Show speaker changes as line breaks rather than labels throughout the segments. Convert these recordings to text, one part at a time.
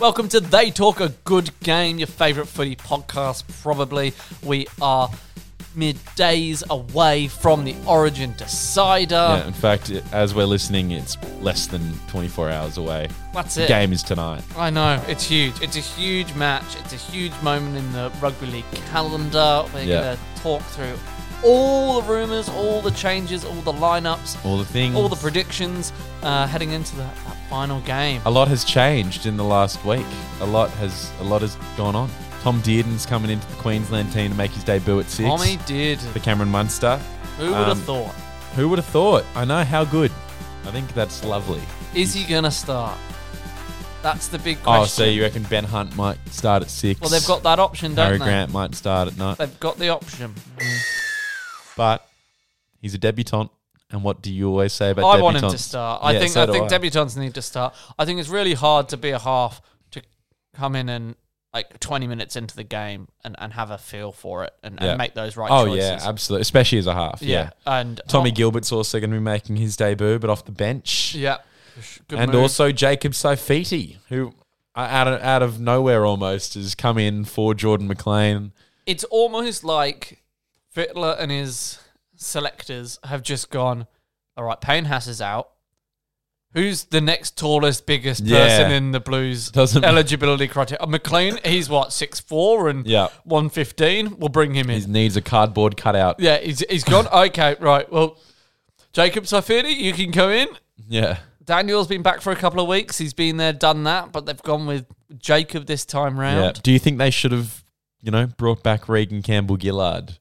Welcome to They Talk a Good Game, your favourite footy podcast, probably. We are middays away from the Origin Decider.
Yeah, in fact, it- as we're listening, it's less than 24 hours away.
That's
The
it.
game is tonight.
I know, it's huge. It's a huge match. It's a huge moment in the rugby league calendar. We're
Yeah.
going to talk through all the rumours, all the changes, all the lineups,
All the things.
all the predictions uh, heading into that, that final game.
A lot has changed in the last week. A lot has a lot has gone on. Tom Dearden's coming into the Queensland team to make his debut at six.
Tommy did.
The Cameron Munster.
Who would have
Um,
thought?
Who would have thought? I know how good. I think that's lovely.
Is he going to start? That's the big question.
Oh, so you reckon Ben Hunt might start at six?
Well, they've got that option, don't
Harry
they?
Grant might start at night,
They've got the option.
but he's a debutant. And what do you always say about
I
debutants?
want him to start. I
Yeah,
think
so
I
do
think debutants need to start. I think it's really hard to be a half to come in and like 20 minutes into the game and, and have a feel for it and,
Yeah.
and make those right
oh,
choices.
yeah, absolutely. Especially as a half. Yeah.
And
Tommy
oh,
Gilbert's also going to be making his debut, but off the bench.
Yeah. Good
and
move.
also Jacob Saifiti, who uh, out of, out of nowhere almost has come in for Jordan McLean.
it's almost like Fittler and his selectors have just gone, all right, Payne Haas is out. Who's the next tallest, biggest
Yeah.
person in the Blues
Doesn't-
eligibility criteria? Uh, McLean, he's what, six four and
Yeah.
115? We'll bring him in.
He needs a cardboard cutout.
yeah, he's, he's gone. okay, right. Well, Jacob Saifidi, you can come in.
Yeah.
Daniel's been back for a couple of weeks. He's been there, done that, but they've gone with Jacob this time round.
yeah. Do you think they should have, you know, brought back Regan Campbell Gillard?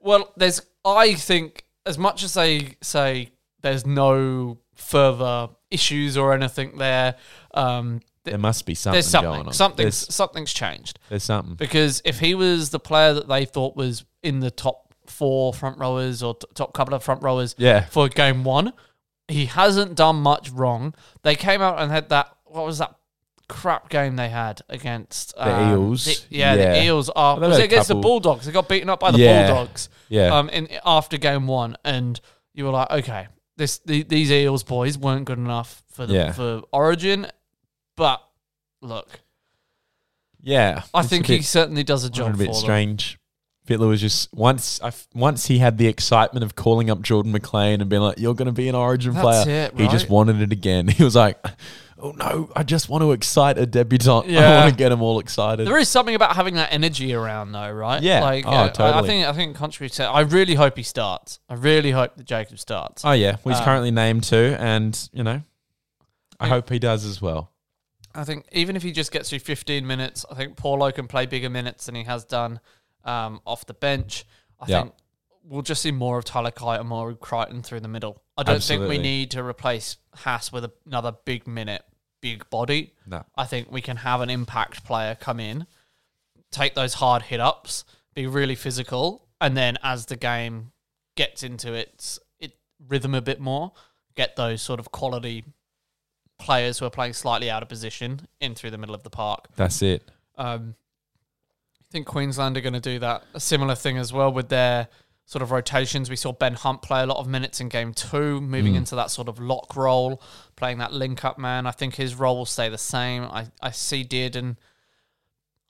Well, there's. I think as much as they say there's no further issues or anything there, um, th-
There must be something,
there's something.
going on.
Something's
There's,
something's changed
there's something.
because if he was the player that they thought was in the top four front rowers or t- top couple of front rowers,
Yeah.
for game one, he hasn't done much wrong. They came out and had that. What was that? Crap game they had against um,
Eels?
the- yeah,
Yeah.
the Eels are
They've
was
had
it
a
against the
couple.
Bulldogs. They got beaten up by the
Yeah.
Bulldogs.
Yeah.
Um, in after game one, and you were like, okay, this the, these Eels boys weren't good enough for the
Yeah.
for Origin, but look,
yeah.
I
It's a
think
bit-
he certainly does a
a
job
bit
for them.
strange. Fittler was just once I f- once he had the excitement of calling up Jordan McLean and being like, "You're going to be an Origin
That's
player."
it,
He just
right?
wanted it again. He was like, "Oh no, I just want to excite a debutant. I
Yeah.
want to get him all excited."
There is something about having that energy around, though, right?
Yeah.
Like,
Oh,
I- I- I
totally.
think I think contrary to, I really hope he starts. I really hope that Jacob starts.
oh yeah, well, he's
Uh,
currently named too, and you know, I
Yeah.
hope he does as well.
I think even if he just gets through 15 minutes, I think Paulo can play bigger minutes than he has done um, off the bench. I
Yeah.
think we'll just see more of Tyler Kite and more of Crichton through the middle. I don't
Absolutely.
think we need to replace Haas with another big minute, big body.
No.
I think we can have an impact player come in, take those hard hit ups, be really physical, and then as the game gets into its it rhythm a bit more, get those sort of quality players who are playing slightly out of position in through the middle of the park.
That's it.
Um, I think Queensland are going to do that a similar thing as well with their sort of rotations. We saw Ben Hunt play a lot of minutes in game two, moving into that sort of lock role, playing that link up man. I think his role will stay the same. I, I see Dearden.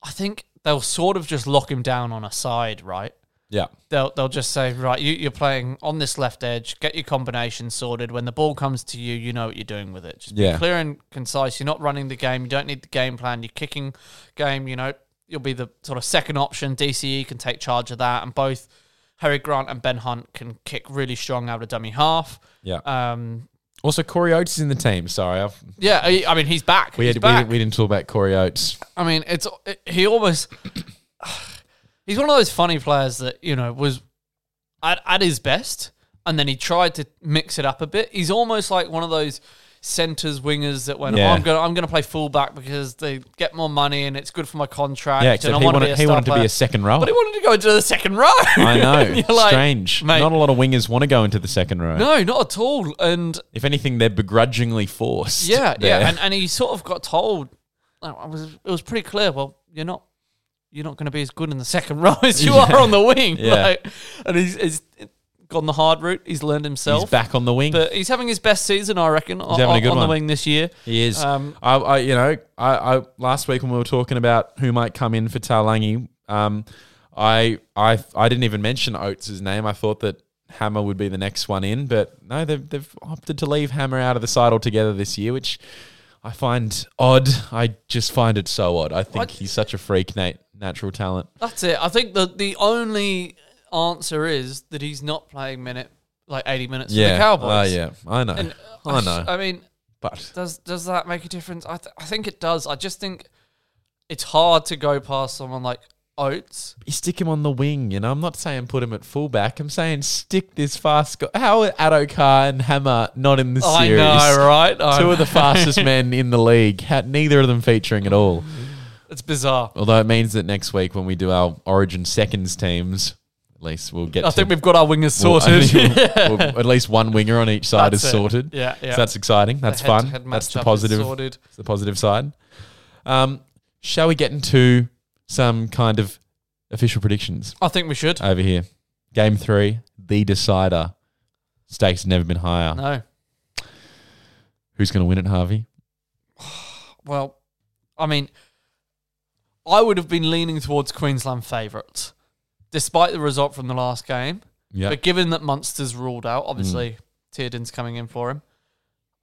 I think they'll sort of just lock him down on a side, right?
Yeah.
they'll they'll just say, right, you, you're playing on this left edge. Get your combination sorted. When the ball comes to you, you know what you're doing with it. Just
Yeah.
be clear and concise. You're not running the game. You don't need the game plan. You're kicking game. You know you'll be the sort of second option. DCE can take charge of that, and both Harry Grant and Ben Hunt can kick really strong out of dummy half.
Yeah.
Um,
also, Corey Oates is in the team. Sorry, I've,
yeah, I, I mean he's back.
we
he's
had, we,
back.
didn't- we didn't talk about Corey Oates.
I mean, it's it, he almost he's one of those funny players that you know was at, at his best, and then he tried to mix it up a bit. He's almost like one of those centers, wingers that went,
Yeah.
oh, I'm going, to I'm going to play fullback because they get more money and it's good for my contract.
Yeah,
and
except
I
he
wanna
wanted,
be a
he
star
wanted to be
player."
a second row.
but he wanted to go into the second row.
I know.
You're like,
Strange.
mate.
Not a lot of wingers want to go into the second row.
no, not at all. And
If anything, they're begrudgingly forced.
yeah,
there.
yeah, and, and he sort of got told. like, I was, it was pretty clear. Well, you're not, you're not going to be as good in the second row as you are on the wing.
Yeah.
Like, and he's, he's gone the hard route. He's learned himself.
he's back on the wing.
but he's having his best season, I reckon, on,
having a good
on
one.
the wing this year.
He is.
Um,
I, I, you know, I, I last week when we were talking about who might come in for Talangi, um, I, I, I didn't even mention Oates' name. I thought that Hammer would be the next one in, but no, they've, they've opted to leave Hammer out of the side altogether this year, which I find odd. I just find it so odd. I think he's such a freak, Nate. Natural talent.
That's it. I think the the only answer is that he's not playing minute like eighty minutes for the Cowboys.
Oh, yeah. I know.
And uh,
I
sh-
know.
I mean,
but
does does that make a difference? I th- I think it does. I just think it's hard to go past someone like Oates.
you stick him on the wing. You know, I'm not saying put him at fullback. I'm saying stick this fast. Go- How are Adokar and Hammer not in this
I
series?
know, right? I
Two of
know.
the fastest men in the league. Ha- neither of them featuring at all.
It's bizarre.
Although it means that next week when we do our Origin seconds teams, at least we'll get.
I
to-
think we've got our wingers
we'll- I
sorted.
think we'll- we'll- at least one winger on each side
That's
is
it.
sorted.
Yeah, yeah.
So that's exciting. That's
The
fun.
head-to-head
That's
matchup
the
is
positive.
sorted.
It's the positive side. Um, shall we get into some kind of official predictions?
I think we should.
over here. Game three, the decider. Stakes have never been higher.
no.
Who's going to win it, Harvey?
Well, I mean, I would have been leaning towards Queensland favourites, despite the result from the last game.
Yeah. Mm.
But given that Munster's ruled out, obviously Teardin's coming in for him.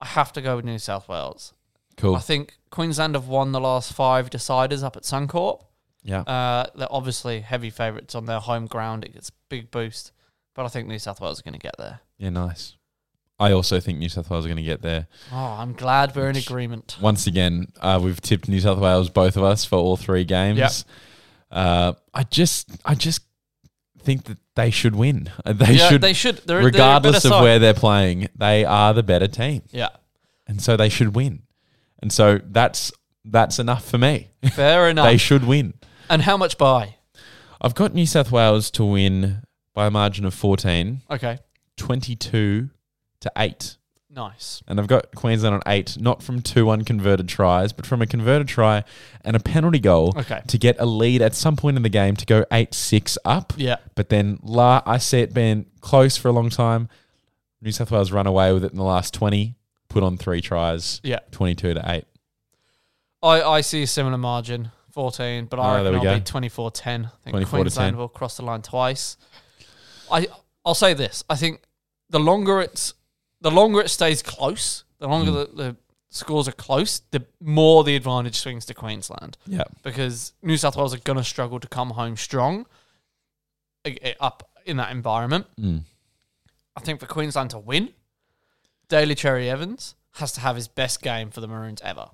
I have to go with New South Wales.
Cool.
I think Queensland have won the last five deciders up at Suncorp.
yeah.
Uh, they're obviously heavy favourites on their home ground. It gets a big boost, but I think New South Wales are going to get there.
yeah, nice. I also think New South Wales are going to get there.
Oh, I'm glad we're in agreement.
Once again, uh, we've tipped New South Wales, both of us, for all three games.
Yeah.
Uh, I just, I just think that they should win. Uh, They
yeah,
should.
they should. They're, they're a better
regardless of
side.
where they're playing, they are the better team,
Yeah,
and so they should win. And so that's that's enough for me.
fair enough.
they should win.
and how much by?
I've got New South Wales to win by a margin of 14,
Okay,
22 to 8.
nice.
And I've got Queensland on 8, not from two unconverted tries, but from a converted try and a penalty goal
Okay.
to get a lead at some point in the game to go 8 6 up.
Yeah.
But then La, I see it being close for a long time. New South Wales run away with it in the last 20, put on three tries,
Yeah.
22 to 8.
I, I see a similar margin, 14, but
Ah,
I
there we
reckon I'll
go.
be 24 10. I think
24 to 10.
Queensland will cross the line twice. I, I'll say this. I think the longer it's the longer it stays close, the longer
Hmm.
the, the scores are close, the more the advantage swings to Queensland
Yeah.
because New South Wales are going to struggle to come home strong i- i- up in that environment.
Mm.
I think for Queensland to win, Daly Cherry Evans has to have his best game for the Maroons ever.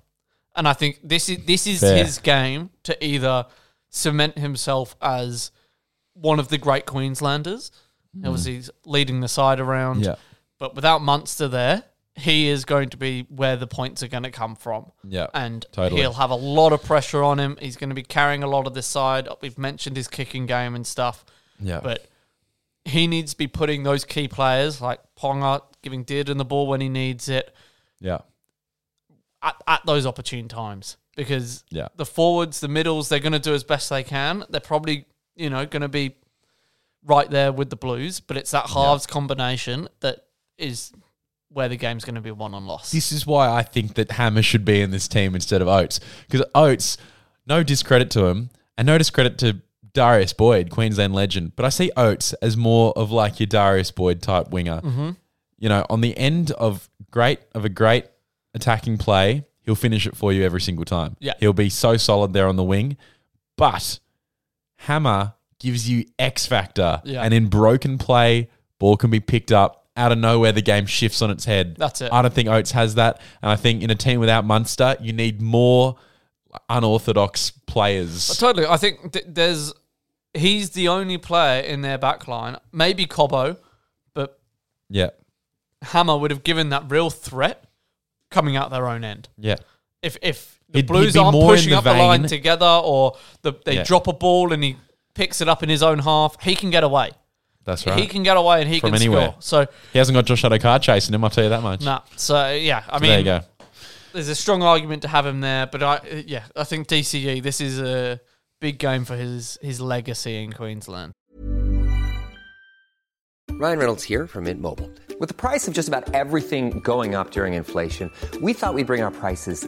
And I think this is this is
Fair.
his game to either cement himself as one of the great Queenslanders. Obviously, he's leading the side around.
Mm. Yeah.
But without Munster there, he is going to be where the points are going to come from.
Yeah,
And
totally.
he'll have a lot of pressure on him. He's going to be carrying a lot of this side. We've mentioned his kicking game and stuff.
Yeah.
But he needs to be putting those key players like Ponga, giving Dearden the ball when he needs it
yeah.
at, at those opportune times because
Yeah.
the forwards, the middles, they're going to do as best they can. They're probably, you know, going to be right there with the Blues, but it's that halves combination that is where the game's going to be won and lost.
This is why I think that Hammer should be in this team instead of Oates. Because Oates, no discredit to him, and no discredit to Darius Boyd, Queensland legend, but I see Oates as more of like your Darius Boyd type winger.
Mm-hmm.
You know, on the end of great of a great attacking play, he'll finish it for you every single time.
Yeah.
He'll be so solid there on the wing. But Hammer gives you X factor.
Yeah.
And in broken play, ball can be picked up. Out of nowhere, the game shifts on its head.
That's it.
I don't think Oates has that. And I think in a team without Munster, you need more unorthodox players.
Totally. I think th- there's he's the only player in their back line, maybe Cobbo, but
Yeah.
Hammer would have given that real threat coming out their own end.
Yeah.
If if the
He'd- he'd
Blues
be
aren't
more in
pushing
the
up the line
vein-
together, or the, they
Yeah.
drop a ball and he picks it up in his own half, he can get away.
That's
He
right. He,
can get away and he
From
can
anywhere.
score. So
hasn't got Josh Adokar chasing him, I'll tell you that much.
nah. So yeah, I mean,
there you go.
there's a strong argument to have him there, but I yeah, I think DCE. This is a big game for his his legacy in Queensland.
Ryan Reynolds here from Mint Mobile. With the price of just about everything going up during inflation, we thought we'd bring our prices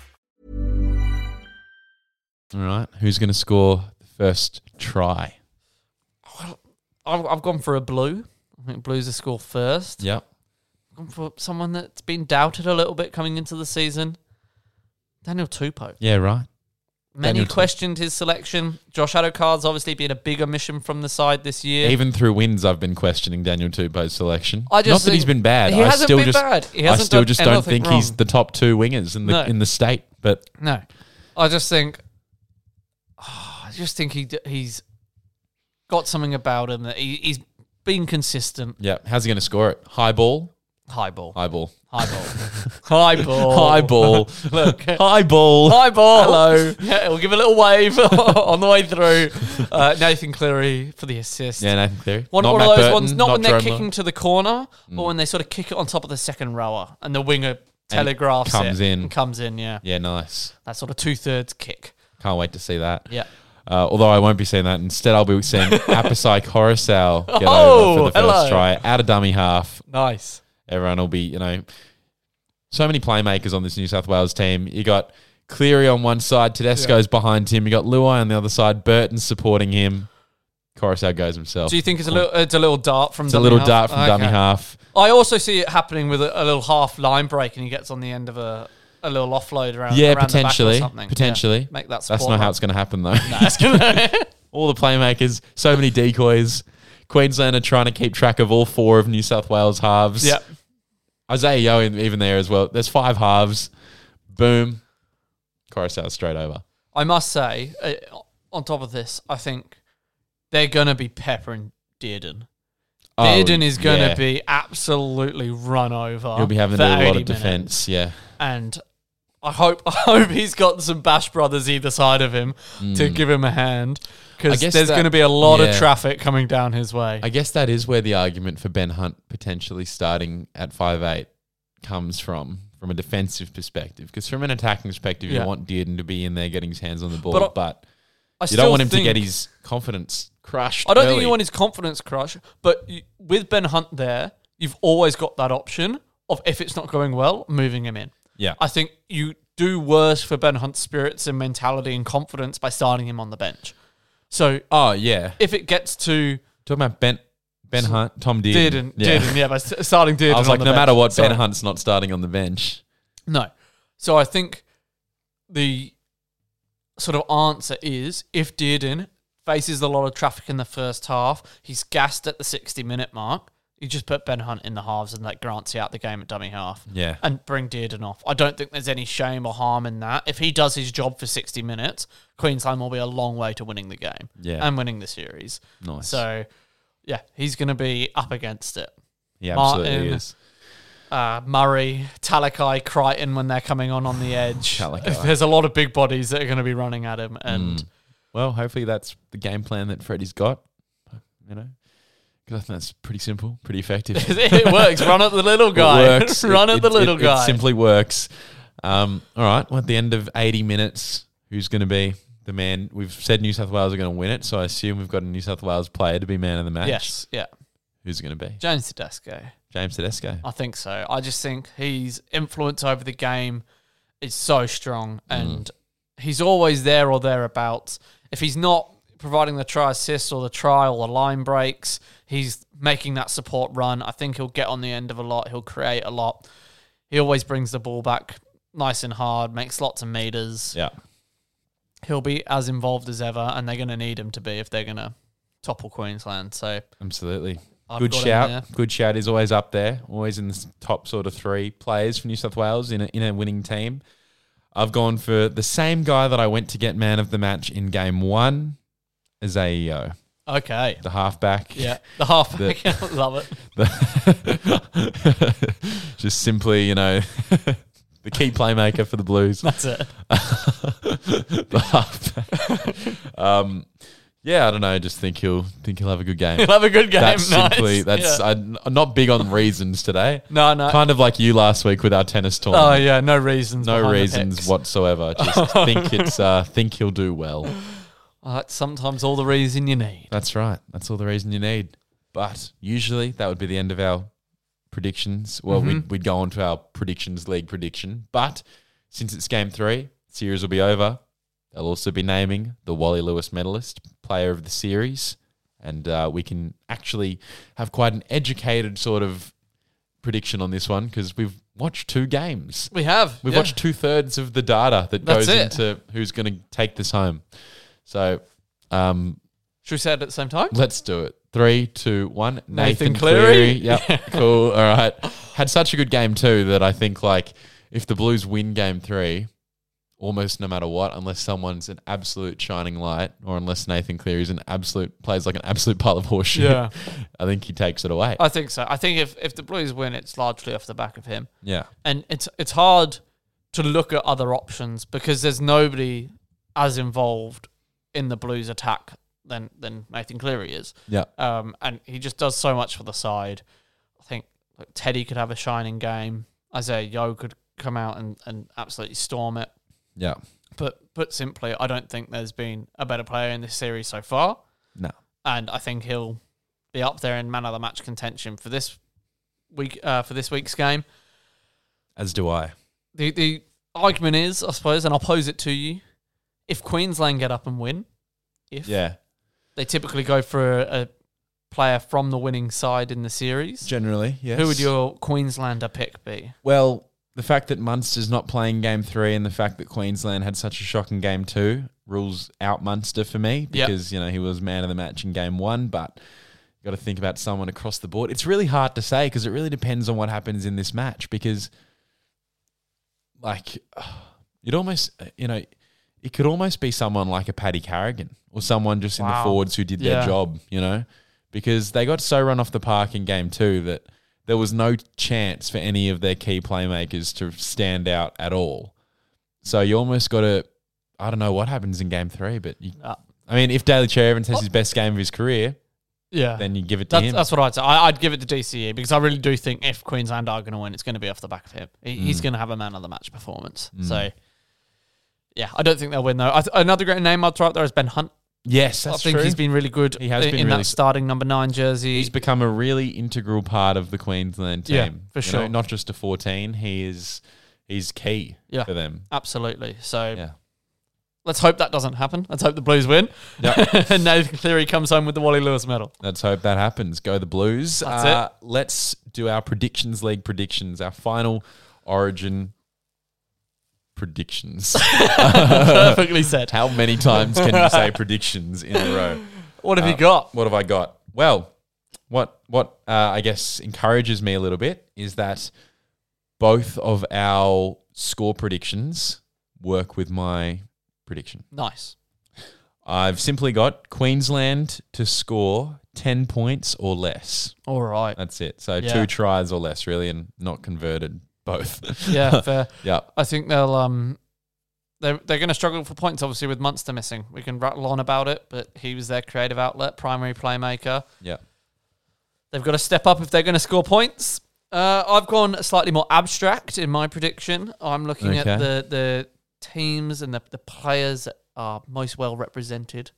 All right. Who's going to score the first try?
I've, I've gone for a blue. I think blues are score first.
Yep.
I've gone for someone that's been doubted a little bit coming into the season. Daniel Tupou.
Yeah, right.
Many
Daniel Tupo.
questioned his selection. Josh Adokard's obviously been a bigger mission from the side this year.
Even through wins, I've been questioning Daniel Tupou's selection.
I just
Not that
think-
he's been bad.
He
I
hasn't
still
been
just,
bad. He
I
hasn't
still
done
just don't
anything
think he's
wrong.
the top two wingers in the
No.
in the state. But
No, I just think, Ah, I just think he d- he's got something about him that he, he's been consistent.
yeah, how's he going to score it? High ball,
High ball,
high ball,
high ball, high ball,
high ball. Look, high ball.
Hi, ball.
Hello.
Yeah, we'll give a little wave on the way through. Uh, Nathan Cleary for the assist.
Yeah, Nathan Cleary.
One,
Not Mm.
one of
Matt
those
Burton,
ones, not, when they're
Jerome
kicking
Lawrence.
to the corner, but when they sort of kick it on top of the second rower and the winger telegraphs
comes
it
in.
and comes in, yeah.
Yeah, nice.
That sort of two thirds kick.
Can't wait to see that.
Yeah.
Uh, although I won't be seeing that. Instead, I'll be seeing Apasai Coruscant get
Oh,
over for the first
hello.
try out of dummy half.
Nice.
Everyone will be, you know, so many playmakers on this New South Wales team. You got Cleary on one side, Tedesco's behind him. You got Luai on the other side, Burton's supporting him. Coruscant goes himself.
Do you think it's a little, it's a little dart from
it's a
dummy
little
half?
dart from dummy
Okay.
half?
I also see it happening with a, a little half line break and he gets on the end of a, a little offload around
Yeah,
around
potentially.
the back or something. Yeah.
Potentially.
Make that
That's not how it's going to happen, though.
it's
all the playmakers, so many decoys. Queensland are trying to keep track of all four of New South Wales halves.
Yep.
Isaiah Yo in- even there as well. There's five halves. Boom. Coruscant straight over.
I must say, uh, on top of this, I think they're going to be peppering Dearden.
Oh,
Dearden is going to
yeah.
be absolutely run over.
He'll be having
for
to do a
80
lot of
minutes.
defence. Yeah.
and I hope I hope he's got some Bash Brothers either side of him to give him a hand
Mm. I
because
guess
there's
that-
going to be a lot
yeah.
of traffic coming down his way.
I guess that is where the argument for Ben Hunt potentially starting at five eight comes from, from a defensive perspective. Because from an attacking perspective,
Yeah.
you want Dearden to be in there getting his hands on the ball,
But I-
but,
I
you don't want him
still
to get
think-
his confidence crushed.
I don't think
early.
you want his confidence crush, but you, with Ben Hunt there, you've always got that option of if it's not going well, moving him in.
Yeah.
I think you do worse for Ben Hunt's spirits and mentality and confidence by starting him on the bench. So
Oh yeah.
if it gets to
Talking about Ben Ben Hunt, Tom Dearden.
Dearden,
Yeah.
Dearden, yeah, by s- starting Dearden,
I was
on
like,
the
no
bench.
matter what,
Sorry.
Ben Hunt's not starting on the bench.
No. So I think the sort of answer is if Dearden faces a lot of traffic in the first half, he's gassed at the 60 minute mark. You just put Ben Hunt in the halves and that grants you out the game at dummy half.
Yeah.
And bring Dearden off. I don't think there's any shame or harm in that. If he does his job for 60 minutes, Queensland will be a long way to winning the game
Yeah.
and winning the series.
Nice.
So, yeah, he's going to be up against it.
Yeah,
Martin.
absolutely is.
uh, Murray, Talakai, Crichton when they're coming on on the edge.
Talakai. Mm.
There's a lot of big bodies that are going to be running at him, and
Well, hopefully that's the game plan that Freddie's got. You know, because I think that's pretty simple, pretty effective. It
it works. Run at the little guy.
works.
Run
It-
at the
it-
little
it-
guy.
It simply works. Um, all right. Well, at the end of 80 minutes, who's going to be the man. We've said New South Wales are going to win it, so I assume we've got a New South Wales player to be man of the match.
Yes, yeah.
Who's it going to be?
James Tedesco.
James Tedesco.
I think so. I just think his influence over the game is so strong, and he's always there or thereabouts. If he's not providing the try assist or the try or the line breaks, he's making that support run. I think he'll get on the end of a lot. He'll create a lot. He always brings the ball back nice and hard, makes lots of meters.
Yeah.
He'll be as involved as ever, and they're going to need him to be if they're going to topple Queensland. So
Absolutely.
I've
Good
got him there.
shout. Good shout is always up there, always in the s- top sort of three players for New South Wales in a, in a winning team. I've gone for the same guy that I went to get man of the match in game one, Azaio,
okay,
the halfback.
yeah, the halfback, love it.
The- just simply, you know, the key playmaker for the Blues.
That's it.
the halfback. um, yeah, I don't know. I just think he'll think he'll have a good game.
He'll have a good game.
That's
nice.
simply that's uh,
Yeah.
I'm not big on reasons today.
No, no.
Kind of like you last week with our tennis
Oh
tournament.
yeah, no reasons.
no
behind the
reasons
picks.
whatsoever. Just think it's uh, think he'll do well.
Well, that's sometimes all the reason you need.
That's right. That's all the reason you need. But usually that would be the end of our predictions. Well, we'd, we'd go on to our predictions league prediction. But since it's game three, series will be over. They'll also be naming the Wally Lewis medalist, player of the series. And uh, we can actually have quite an educated sort of prediction on this one because we've watched two games.
We have.
We've
yeah.
watched two thirds of the data that
That's
goes
it.
into who's going to take this home. So um,
Should we say it at the same time?
Let's do it. Three, two, one.
Nathan Cleary.
Yep. cool. All right. Had such a good game too that I think like if the Blues win game three, almost no matter what, unless someone's an absolute shining light, or unless Nathan Cleary's an absolute plays like an absolute pile of horseshit,
Yeah. Uh,
I think he takes it away.
I think so. I think if, if the Blues win, it's largely off the back of him,
yeah.
and it's it's hard to look at other options because there's nobody as involved in the Blues attack than than Nathan Cleary is.
Yeah.
Um, and he just does so much for the side. I think like, Teddy could have a shining game. Isaiah Yo could come out and, and absolutely storm it.
Yeah.
But put simply, I don't think there's been a better player in this series so far,
No.
and I think he'll be up there in man of the match contention for this week uh, for this week's game.
As do I.
The the argument is, I suppose, and I'll pose it to you: if Queensland get up and win, if
Yeah.
they typically go for a, a player from the winning side in the series,
Generally, yes.
who would your Queenslander pick be?
Well, the fact that Munster's not playing game three and the fact that Queensland had such a shocking game two rules out Munster for me
Yep.
because, you know, he was man of the match in game one, but you got to think about someone across the board. It's really hard to say because it really depends on what happens in this match because, like, you'd almost, uh, you know, it could almost be someone like a Paddy Carrigan or someone just in the
Wow.
forwards who did
Yeah.
their job, you know, because they got so run off the park in game two that there was no chance for any of their key playmakers to stand out at all. So you almost got to, I don't know what happens in game three, but you,
Uh,
I mean, if Daly Cherry Evans has his best game of his career,
Yeah,
then you give it to
That's,
him.
that's what I'd say. I, I'd give it to DCE because I really do think if Queensland are going to win, it's going to be off the back of him. He,
Mm.
He's going to have a man of the match performance. So, yeah, I don't think they'll win though. I th- another great name I'd throw out there is Ben Hunt.
yes,
I
that's
think
true.
he's been really good.
He has
in,
been
in
really-
that starting number nine jersey.
He's become a really integral part of the Queensland team.
Yeah, for
You know,
sure.
not just a 14. He is he's key
Yeah.
for them.
Absolutely. So
Yeah.
let's hope that doesn't happen. Let's hope the Blues win. and Nathan Cleary comes home with the Wally Lewis medal.
Let's hope that happens. Go the Blues.
That's
it. Let's do our predictions league predictions, our final origin predictions.
Perfectly said.
How many times can you say predictions in a row?
What have you got?
What have I got? Well, what what uh, I guess encourages me a little bit is that both of our score predictions work with my prediction.
Nice.
I've simply got Queensland to score ten points or less.
All right.
That's it. So
Yeah.
two tries or less, really, and not converted both.
Yeah, fair.
yeah.
I think they'll um they're they're going to struggle for points obviously with Munster missing. We can rattle on about it, but he was their creative outlet, primary playmaker.
Yeah.
They've got to step up if they're going to score points. Uh, I've gone slightly more abstract in my prediction. I'm looking
Okay.
at the the teams and the, the players that are most well represented,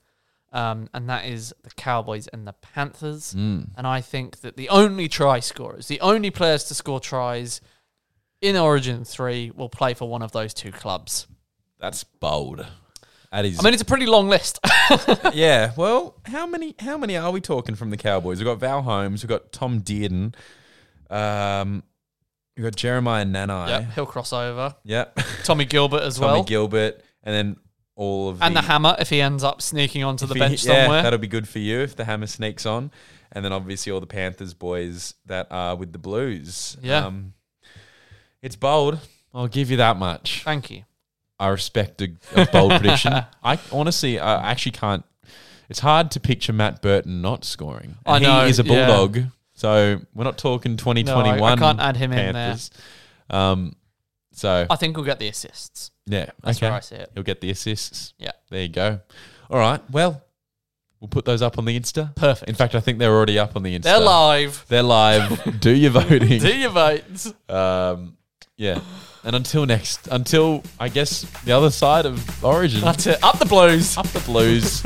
um, and that is the Cowboys and the Panthers.
Hmm.
And I think that the only try scorers, the only players to score tries in Origin 3 will play for one of those two clubs.
That's bold. That is.
I mean, it's a pretty long list.
yeah. Well, how many? How many are we talking from the Cowboys? We've got Val Holmes. We've got Tom Dearden. Um, we've got Jeremiah Nanai.
yep, he'll cross over.
Yep.
Tommy Gilbert as
Tommy
well.
Gilbert, and then all of
and the hammer if he ends up sneaking onto the
If
bench
you- yeah,
somewhere.
That'll be good for you if the hammer sneaks on. And then obviously all the Panthers boys that are with the Blues.
Yeah.
Um, it's bold. I'll give you that much.
Thank you.
I respect a, a bold prediction. I honestly, I actually can't. It's hard to picture Matt Burton not scoring.
I
And
know,
He is a
yeah.
bulldog. So we're not talking 2021.
No, I- I can't add him in there.
Panthers. in there. Um, so,
I think we'll get the assists.
yeah.
That's
okay.
where I see it.
He'll get the assists.
Yeah.
There you go. All right. Well, we'll put those up on the Insta.
Perfect.
In fact, I think they're already up on the Insta.
They're live.
They're live. Do your voting.
Do your votes.
um, yeah. And until next, until I guess the other side of Origin.
That's it. Up the blues.
Up the Blues.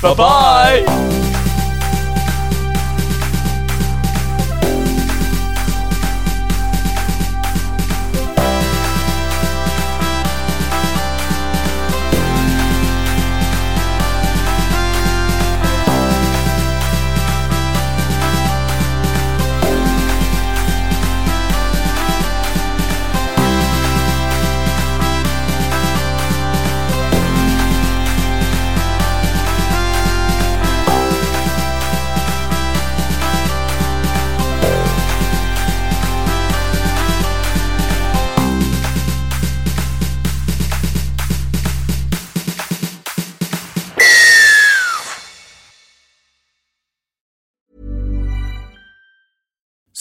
Bye bye.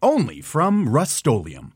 Only from Rust-Oleum.